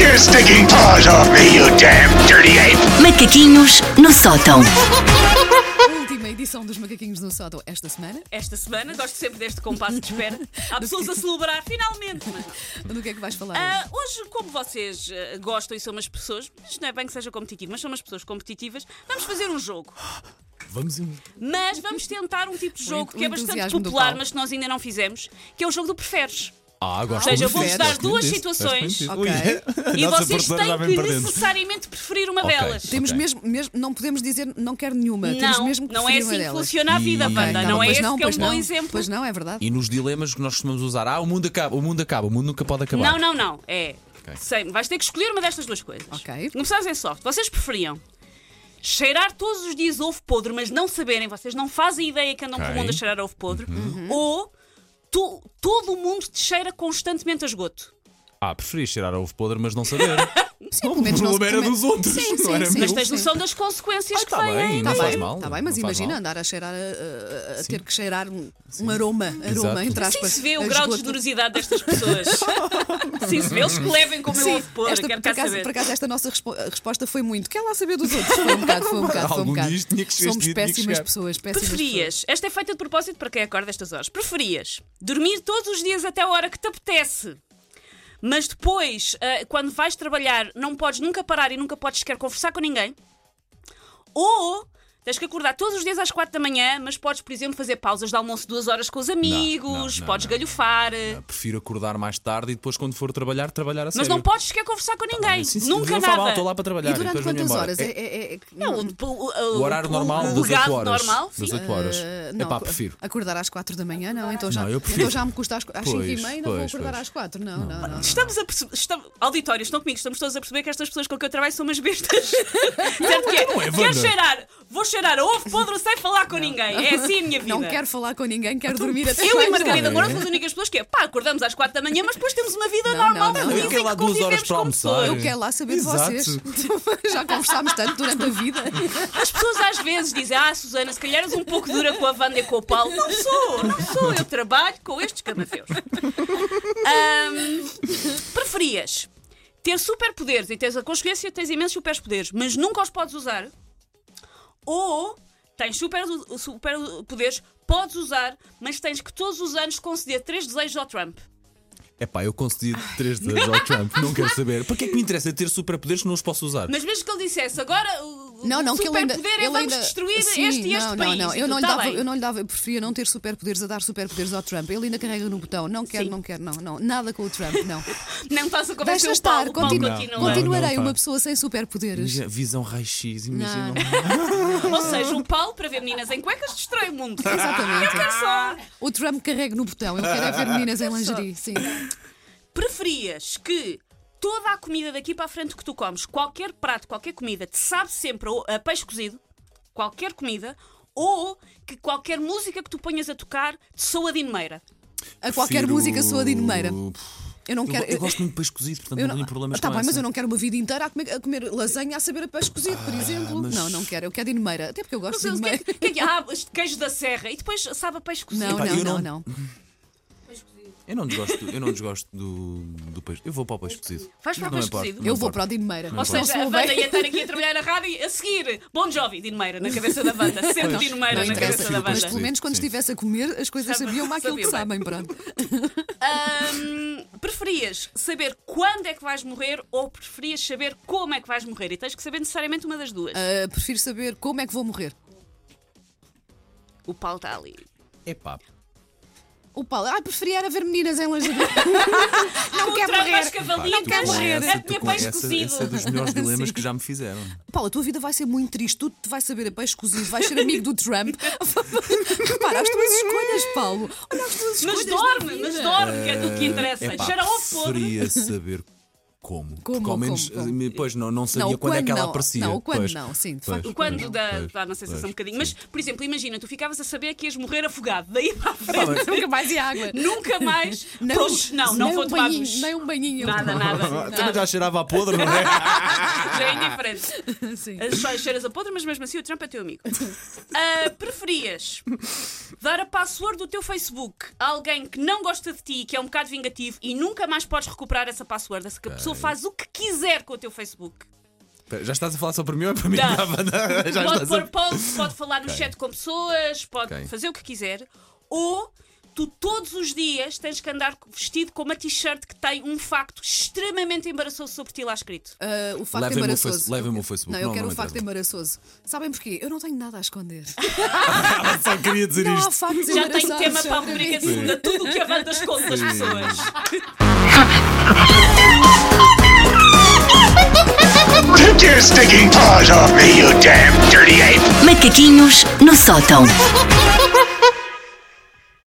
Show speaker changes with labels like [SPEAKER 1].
[SPEAKER 1] your stinking paws off me, you damn dirty ape!
[SPEAKER 2] Macaquinhos no sótão.
[SPEAKER 3] Última edição dos Macaquinhos no Sótão esta semana.
[SPEAKER 4] esta semana. Gosto sempre deste compasso de espera. Há pessoas
[SPEAKER 3] é
[SPEAKER 4] a celebrar, finalmente. mas não.
[SPEAKER 3] Do que é que vais falar?
[SPEAKER 4] Ah,
[SPEAKER 3] hoje?
[SPEAKER 4] hoje, como vocês ah, gostam e são umas pessoas, isto não é bem que seja competitivo, mas são umas pessoas competitivas, vamos fazer um jogo.
[SPEAKER 5] Vamos em.
[SPEAKER 4] Mas vamos tentar um tipo de jogo
[SPEAKER 3] en-
[SPEAKER 4] que
[SPEAKER 3] o
[SPEAKER 4] é bastante
[SPEAKER 3] entusiasmo do
[SPEAKER 4] popular,
[SPEAKER 3] Paulo.
[SPEAKER 4] mas que nós ainda não fizemos, que é o jogo do preferes.
[SPEAKER 5] Ah, gosto
[SPEAKER 4] Ou seja, eu
[SPEAKER 5] muito
[SPEAKER 4] vou-vos
[SPEAKER 5] disso,
[SPEAKER 4] dar
[SPEAKER 5] gosto muito
[SPEAKER 4] duas
[SPEAKER 5] disso,
[SPEAKER 4] situações.
[SPEAKER 5] gosto muito
[SPEAKER 3] Ok.
[SPEAKER 5] disso. Ui,
[SPEAKER 4] E
[SPEAKER 5] a nossa
[SPEAKER 4] vocês
[SPEAKER 5] produtora já
[SPEAKER 4] têm
[SPEAKER 5] vem
[SPEAKER 4] que
[SPEAKER 5] para dentro.
[SPEAKER 4] necessariamente preferir uma
[SPEAKER 5] Ok.
[SPEAKER 4] delas.
[SPEAKER 3] Temos
[SPEAKER 5] Ok.
[SPEAKER 3] mesmo, mesmo, não podemos dizer não quero nenhuma. Temos
[SPEAKER 4] Não,
[SPEAKER 3] mesmo que
[SPEAKER 4] não é
[SPEAKER 3] preferir uma
[SPEAKER 4] assim que
[SPEAKER 3] delas. Ah,
[SPEAKER 4] funciona a vida,
[SPEAKER 5] Ok,
[SPEAKER 4] banda.
[SPEAKER 5] tá
[SPEAKER 4] Não
[SPEAKER 5] bom.
[SPEAKER 4] é
[SPEAKER 3] pois
[SPEAKER 4] esse que é um
[SPEAKER 3] pois
[SPEAKER 4] bom exemplo.
[SPEAKER 3] Pois não, é verdade.
[SPEAKER 5] E nos dilemas que nós costumamos usar, ah, o mundo acaba, o mundo acaba, o mundo nunca pode acabar.
[SPEAKER 4] Não, não, não. É. Sem, vais ter que escolher uma destas duas coisas.
[SPEAKER 3] Ok.
[SPEAKER 4] Começamos em soft. Vocês preferiam cheirar todos os dias ovo podre, mas não saberem, vocês não fazem ideia que andam
[SPEAKER 5] Ok. Uhum.
[SPEAKER 4] pelo mundo a cheirar ovo podre,
[SPEAKER 3] Uhum.
[SPEAKER 4] ou tu- todo o mundo te cheira constantemente a esgoto.
[SPEAKER 5] Ah, preferi cheirar ovo podre, mas não saber. Ah, Sim,
[SPEAKER 3] pelo menos não se- pelo menos- Sim, sim, sim.
[SPEAKER 4] Mas
[SPEAKER 3] Eu
[SPEAKER 4] tens
[SPEAKER 3] sei.
[SPEAKER 4] noção das consequências
[SPEAKER 5] Ah,
[SPEAKER 4] que
[SPEAKER 5] tá
[SPEAKER 4] vêm.
[SPEAKER 5] bem,
[SPEAKER 4] hein?
[SPEAKER 5] é? não faz
[SPEAKER 3] bem,
[SPEAKER 5] mal,
[SPEAKER 3] tá bem, mas
[SPEAKER 5] não faz
[SPEAKER 3] imagina
[SPEAKER 5] mal.
[SPEAKER 3] andar a cheirar, a- a, a- a ter que cheirar um, um aroma, aroma
[SPEAKER 5] Exato.
[SPEAKER 3] entre
[SPEAKER 4] Sim
[SPEAKER 3] aspas.
[SPEAKER 4] se vê o
[SPEAKER 3] a
[SPEAKER 4] grau de
[SPEAKER 3] esgoto.
[SPEAKER 4] generosidade destas pessoas. Sim se vê, eles que levem como eu
[SPEAKER 3] Sim,
[SPEAKER 4] ovo podre,
[SPEAKER 3] esta,
[SPEAKER 4] quero
[SPEAKER 3] por,
[SPEAKER 4] cá
[SPEAKER 3] acaso,
[SPEAKER 4] saber.
[SPEAKER 3] por acaso esta nossa respo- resposta foi muito. Quer lá saber dos outros? Foi um bocado, foi um bocado, foi um
[SPEAKER 5] Algum
[SPEAKER 3] bocado.
[SPEAKER 5] dia isto tinha que ser,
[SPEAKER 3] Somos
[SPEAKER 5] tinha que
[SPEAKER 3] péssimas
[SPEAKER 5] chegar.
[SPEAKER 3] pessoas, péssimas pessoas.
[SPEAKER 4] Preferias, esta é feita de propósito para quem acorda estas horas, preferias dormir todos os dias até a hora que te apetece, mas depois, ah, quando vais trabalhar, não podes nunca parar e nunca podes sequer conversar com ninguém? Ou tens que acordar todos os dias às quatro da manhã, mas podes, por exemplo, fazer pausas de almoço duas horas com os amigos,
[SPEAKER 5] não,
[SPEAKER 4] podes
[SPEAKER 5] não.
[SPEAKER 4] galhofar. eh,
[SPEAKER 5] Prefiro acordar mais tarde e depois, quando for trabalhar, trabalhar a
[SPEAKER 4] Mas
[SPEAKER 5] sério. Tá
[SPEAKER 4] não podes sequer conversar com ninguém.
[SPEAKER 5] Sim, sim,
[SPEAKER 4] Nunca
[SPEAKER 5] não faz mal,
[SPEAKER 4] nada.
[SPEAKER 5] Estou lá para trabalhar.
[SPEAKER 3] E durante
[SPEAKER 5] depois venho
[SPEAKER 3] quantas
[SPEAKER 5] embora.
[SPEAKER 3] horas?
[SPEAKER 5] É-
[SPEAKER 3] É- é- é-
[SPEAKER 4] É o, o- o-
[SPEAKER 5] O horário
[SPEAKER 4] o-
[SPEAKER 5] normal
[SPEAKER 4] o
[SPEAKER 5] das 8
[SPEAKER 4] legado
[SPEAKER 5] horas.
[SPEAKER 4] normal, sim.
[SPEAKER 5] Das 8 horas.
[SPEAKER 3] Ah,
[SPEAKER 5] É pá, prefiro.
[SPEAKER 3] Acordar às 4 da manhã, não, então já,
[SPEAKER 5] Não, eu prefiro.
[SPEAKER 3] então já me custa às 5 e
[SPEAKER 5] Pois,
[SPEAKER 3] meia, não vou
[SPEAKER 5] pois,
[SPEAKER 3] acordar
[SPEAKER 5] pois.
[SPEAKER 3] às 4. Não, não, não. não.
[SPEAKER 4] Estamos a perceber. Estamos, auditório, estão comigo, estamos todos a perceber que estas pessoas com que eu trabalho são umas bestas. certo que é,
[SPEAKER 5] é, Wanda?
[SPEAKER 4] quero cheirar, vou cheirar a ovo podre sem falar com ninguém. É assim a minha vida.
[SPEAKER 3] Não quero falar com ninguém, quero dormir até
[SPEAKER 4] Então, Eu
[SPEAKER 3] mais
[SPEAKER 4] e Margarida
[SPEAKER 3] tarde.
[SPEAKER 4] agora somos as únicas pessoas que é pá, acordamos às 4 da manhã, mas depois temos uma vida
[SPEAKER 3] Não,
[SPEAKER 4] normal.
[SPEAKER 3] não, não.
[SPEAKER 4] dizem
[SPEAKER 5] Eu quero lá
[SPEAKER 4] que
[SPEAKER 5] duas horas
[SPEAKER 4] convivemos
[SPEAKER 5] para
[SPEAKER 4] com
[SPEAKER 5] almoçar.
[SPEAKER 4] pessoas.
[SPEAKER 3] Eu quero lá saber de
[SPEAKER 5] Exato.
[SPEAKER 3] vocês. Já conversámos tanto durante a vida.
[SPEAKER 4] As pessoas às vezes dizem, ah, Susana, se calhar és um pouco dura com a Wanda e com o Paulo. Não sou, não sou. Eu trabalho com estes camafeus. Ahm, preferias ter superpoderes e tens a consciência que tens imensos superpoderes, mas nunca os podes usar? Ou tens super, superpoderes, podes usar, mas tens que todos os anos conceder três desejos ao Trump?
[SPEAKER 5] É pá, eu concedi 3 dedos ao Trump. Não quero saber. Para que é que me interessa ter superpoderes se não os posso usar?
[SPEAKER 4] Mas mesmo que ele dissesse agora o
[SPEAKER 3] Não, não, que ele ainda.
[SPEAKER 4] superpoder é
[SPEAKER 3] ele
[SPEAKER 4] vamos
[SPEAKER 3] ainda-
[SPEAKER 4] destruir
[SPEAKER 3] Sim,
[SPEAKER 4] este e este
[SPEAKER 3] não,
[SPEAKER 4] país.
[SPEAKER 3] Não, não,
[SPEAKER 4] E
[SPEAKER 3] eu
[SPEAKER 4] tu,
[SPEAKER 3] não, lhe
[SPEAKER 4] "Tá
[SPEAKER 3] dava,
[SPEAKER 4] bem."
[SPEAKER 3] eu não lhe dava, eu preferia não ter superpoderes a dar superpoderes ao Trump. Ele ainda carrega no botão. Não quero,
[SPEAKER 4] Sim.
[SPEAKER 3] não quero, não, não. Nada com o Trump, não.
[SPEAKER 4] Não estás a convencer
[SPEAKER 3] Deixa
[SPEAKER 4] o Paulo,
[SPEAKER 3] estar,
[SPEAKER 4] o Paulo
[SPEAKER 3] continu-
[SPEAKER 5] Não,
[SPEAKER 4] continua.
[SPEAKER 5] não.
[SPEAKER 3] continuarei
[SPEAKER 5] pá.
[SPEAKER 3] uma pessoa sem superpoderes.
[SPEAKER 5] Imagina, Visão raio-x, imagina. um
[SPEAKER 3] Não,
[SPEAKER 4] Ou seja, o Paulo, para ver meninas em cuecas, destrói o mundo.
[SPEAKER 3] Exatamente.
[SPEAKER 4] Eu quero só.
[SPEAKER 3] O Trump carrega no botão. Ele quer é ver meninas em lingerie. Sim.
[SPEAKER 4] Preferias que toda a comida daqui para a frente que tu comes, qualquer prato, qualquer comida, te sabe sempre a a peixe cozido, qualquer comida, ou que qualquer música que tu ponhas a tocar te soa de Meira.
[SPEAKER 3] A qualquer
[SPEAKER 5] Prefiro-
[SPEAKER 3] música soa de Inumeira. Eu não
[SPEAKER 5] Eu,
[SPEAKER 3] quero.
[SPEAKER 5] eu gosto muito de peixe cozido, portanto
[SPEAKER 3] eu
[SPEAKER 5] não, tenho problemas
[SPEAKER 3] tá
[SPEAKER 5] com
[SPEAKER 3] bem,
[SPEAKER 5] essa. Ah,
[SPEAKER 3] mas eu não quero uma vida inteira a comer, a comer lasanha a saber a peixe cozido, por exemplo.
[SPEAKER 5] mas-
[SPEAKER 3] Não, não quero. Eu quero de Inumeira. Até porque eu gosto
[SPEAKER 4] Não
[SPEAKER 3] de
[SPEAKER 4] sei o que é
[SPEAKER 3] Inumeira.
[SPEAKER 4] que- o que é que- Ah, este queijo da serra. E depois sabe a peixe cozido.
[SPEAKER 3] Não,
[SPEAKER 5] Epá,
[SPEAKER 3] não,
[SPEAKER 5] eu
[SPEAKER 3] não,
[SPEAKER 5] não-
[SPEAKER 3] não.
[SPEAKER 5] Eu não desgosto, eu não desgosto do, do peixe. Eu vou para o peixe cozido.
[SPEAKER 4] Vais para o
[SPEAKER 5] Não
[SPEAKER 4] peixe
[SPEAKER 5] importa,
[SPEAKER 4] cozido?
[SPEAKER 5] não
[SPEAKER 3] Eu vou
[SPEAKER 5] importa.
[SPEAKER 3] para o de Inumeira.
[SPEAKER 4] Ou
[SPEAKER 3] Não
[SPEAKER 4] seja,
[SPEAKER 3] se
[SPEAKER 4] a
[SPEAKER 3] ouvem.
[SPEAKER 4] Wanda ia estar aqui a trabalhar na rádio e a seguir. Bom Jovi, Dino Meira, na cabeça da Wanda. Sempre Dino Meira
[SPEAKER 3] Não
[SPEAKER 4] na
[SPEAKER 3] interessa.
[SPEAKER 4] cabeça da
[SPEAKER 3] Mas
[SPEAKER 4] Wanda.
[SPEAKER 3] pelo menos quando
[SPEAKER 5] Sim.
[SPEAKER 3] estivesse a comer, as coisas
[SPEAKER 4] Sabe-
[SPEAKER 3] sabiam aquilo que
[SPEAKER 4] é sabia
[SPEAKER 3] sabem, pronto.
[SPEAKER 4] Ahm, preferias saber quando é que vais morrer ou preferias saber como é que vais morrer? E tens que saber necessariamente uma das duas.
[SPEAKER 3] Ah, prefiro saber como é que vou morrer.
[SPEAKER 4] O Paulo
[SPEAKER 3] tá
[SPEAKER 4] está ali.
[SPEAKER 5] Epá,
[SPEAKER 3] O Paulo, ah, preferia era ver meninas em lingerie. não quero
[SPEAKER 4] Contra mais
[SPEAKER 3] morrer.
[SPEAKER 4] cavalinho,
[SPEAKER 5] tu
[SPEAKER 4] quero
[SPEAKER 5] com
[SPEAKER 4] morrer.
[SPEAKER 5] essa,
[SPEAKER 4] É
[SPEAKER 5] tu
[SPEAKER 4] comer
[SPEAKER 5] com
[SPEAKER 4] peixe
[SPEAKER 5] essa-
[SPEAKER 4] cozido.
[SPEAKER 5] Esse é dos melhores dilemas que já me fizeram.
[SPEAKER 3] Paulo, a tua vida vai ser muito triste. Tu te vais saber a peixe cozido, vais ser amigo do Trump. Repara, as tuas escolhas, Paulo. Olha as tuas
[SPEAKER 4] Mas
[SPEAKER 3] escolhas. da
[SPEAKER 4] dorme,
[SPEAKER 3] vida.
[SPEAKER 4] mas dorme, que é do que interessa.
[SPEAKER 5] Epá,
[SPEAKER 4] Cheira ao podre.
[SPEAKER 5] preferia saber como.
[SPEAKER 3] Como,
[SPEAKER 5] Porque ao menos,
[SPEAKER 3] como, como?
[SPEAKER 5] eh, pois não, não sabia
[SPEAKER 3] Não, o
[SPEAKER 5] quando, é que
[SPEAKER 3] quando
[SPEAKER 5] ela
[SPEAKER 3] não.
[SPEAKER 5] aparecia.
[SPEAKER 3] Não, o quando
[SPEAKER 5] Pois,
[SPEAKER 3] não, sim, de
[SPEAKER 5] pois,
[SPEAKER 3] facto.
[SPEAKER 4] O quando
[SPEAKER 5] pois,
[SPEAKER 4] da.
[SPEAKER 5] pois,
[SPEAKER 4] Dá, não sei se é só um
[SPEAKER 5] pois,
[SPEAKER 4] bocadinho.
[SPEAKER 5] sim.
[SPEAKER 4] Mas, por exemplo, imagina, tu ficavas a saber que ias morrer afogado. Daí para a
[SPEAKER 5] Epá,
[SPEAKER 4] frente.
[SPEAKER 5] mas-
[SPEAKER 3] Nunca mais ia água.
[SPEAKER 4] Nunca mais.
[SPEAKER 3] Nem-
[SPEAKER 4] Pois, não, não
[SPEAKER 3] nem
[SPEAKER 4] vou
[SPEAKER 3] um
[SPEAKER 4] tomar
[SPEAKER 3] banhinho,
[SPEAKER 4] duche.
[SPEAKER 3] Nem um banhinho.
[SPEAKER 4] Nada, nada.
[SPEAKER 5] Também
[SPEAKER 4] nada.
[SPEAKER 5] Então já cheirava a podre, não é?
[SPEAKER 4] Já é indiferente.
[SPEAKER 3] Sim.
[SPEAKER 4] As só cheiras a podre, mas mesmo assim o Trump é teu amigo. Ah, preferias dar a password do teu Facebook a alguém que não gosta de ti, que é um bocado vingativo e nunca mais podes recuperar essa password? Essa pessoa pessoa faz o que quiser com o teu Facebook.
[SPEAKER 5] Espera, Já estás a falar só para mim ou é para mim?
[SPEAKER 4] Não.
[SPEAKER 5] Já estás
[SPEAKER 4] pode
[SPEAKER 5] a-
[SPEAKER 4] pôr posts, pode falar no chat com pessoas, pode
[SPEAKER 5] Ok.
[SPEAKER 4] fazer o que quiser. Ou tu todos os dias tens que andar vestido com uma t-shirt que tem um facto extremamente embaraçoso sobre ti lá escrito.
[SPEAKER 3] Ah, o facto
[SPEAKER 5] Levem-me ao
[SPEAKER 3] embaraçoso.
[SPEAKER 5] face- levem-me ao Facebook.
[SPEAKER 3] Não, eu
[SPEAKER 5] Não,
[SPEAKER 3] quero o
[SPEAKER 5] não me
[SPEAKER 3] facto
[SPEAKER 5] interessa.
[SPEAKER 3] embaraçoso. Sabem porquê? Eu não tenho nada a esconder.
[SPEAKER 5] Ah, só queria dizer
[SPEAKER 3] Não há
[SPEAKER 5] isto.
[SPEAKER 3] factos
[SPEAKER 4] Já tenho
[SPEAKER 3] embaraçosos
[SPEAKER 4] tema para a
[SPEAKER 3] sobre
[SPEAKER 4] rubrica de
[SPEAKER 3] mim.
[SPEAKER 4] segunda, tudo o que a banda esconde das
[SPEAKER 5] 啊
[SPEAKER 4] pessoas.
[SPEAKER 1] Take your stinking paws off me, you damn dirty ape!
[SPEAKER 2] Macaquinhos no sótão.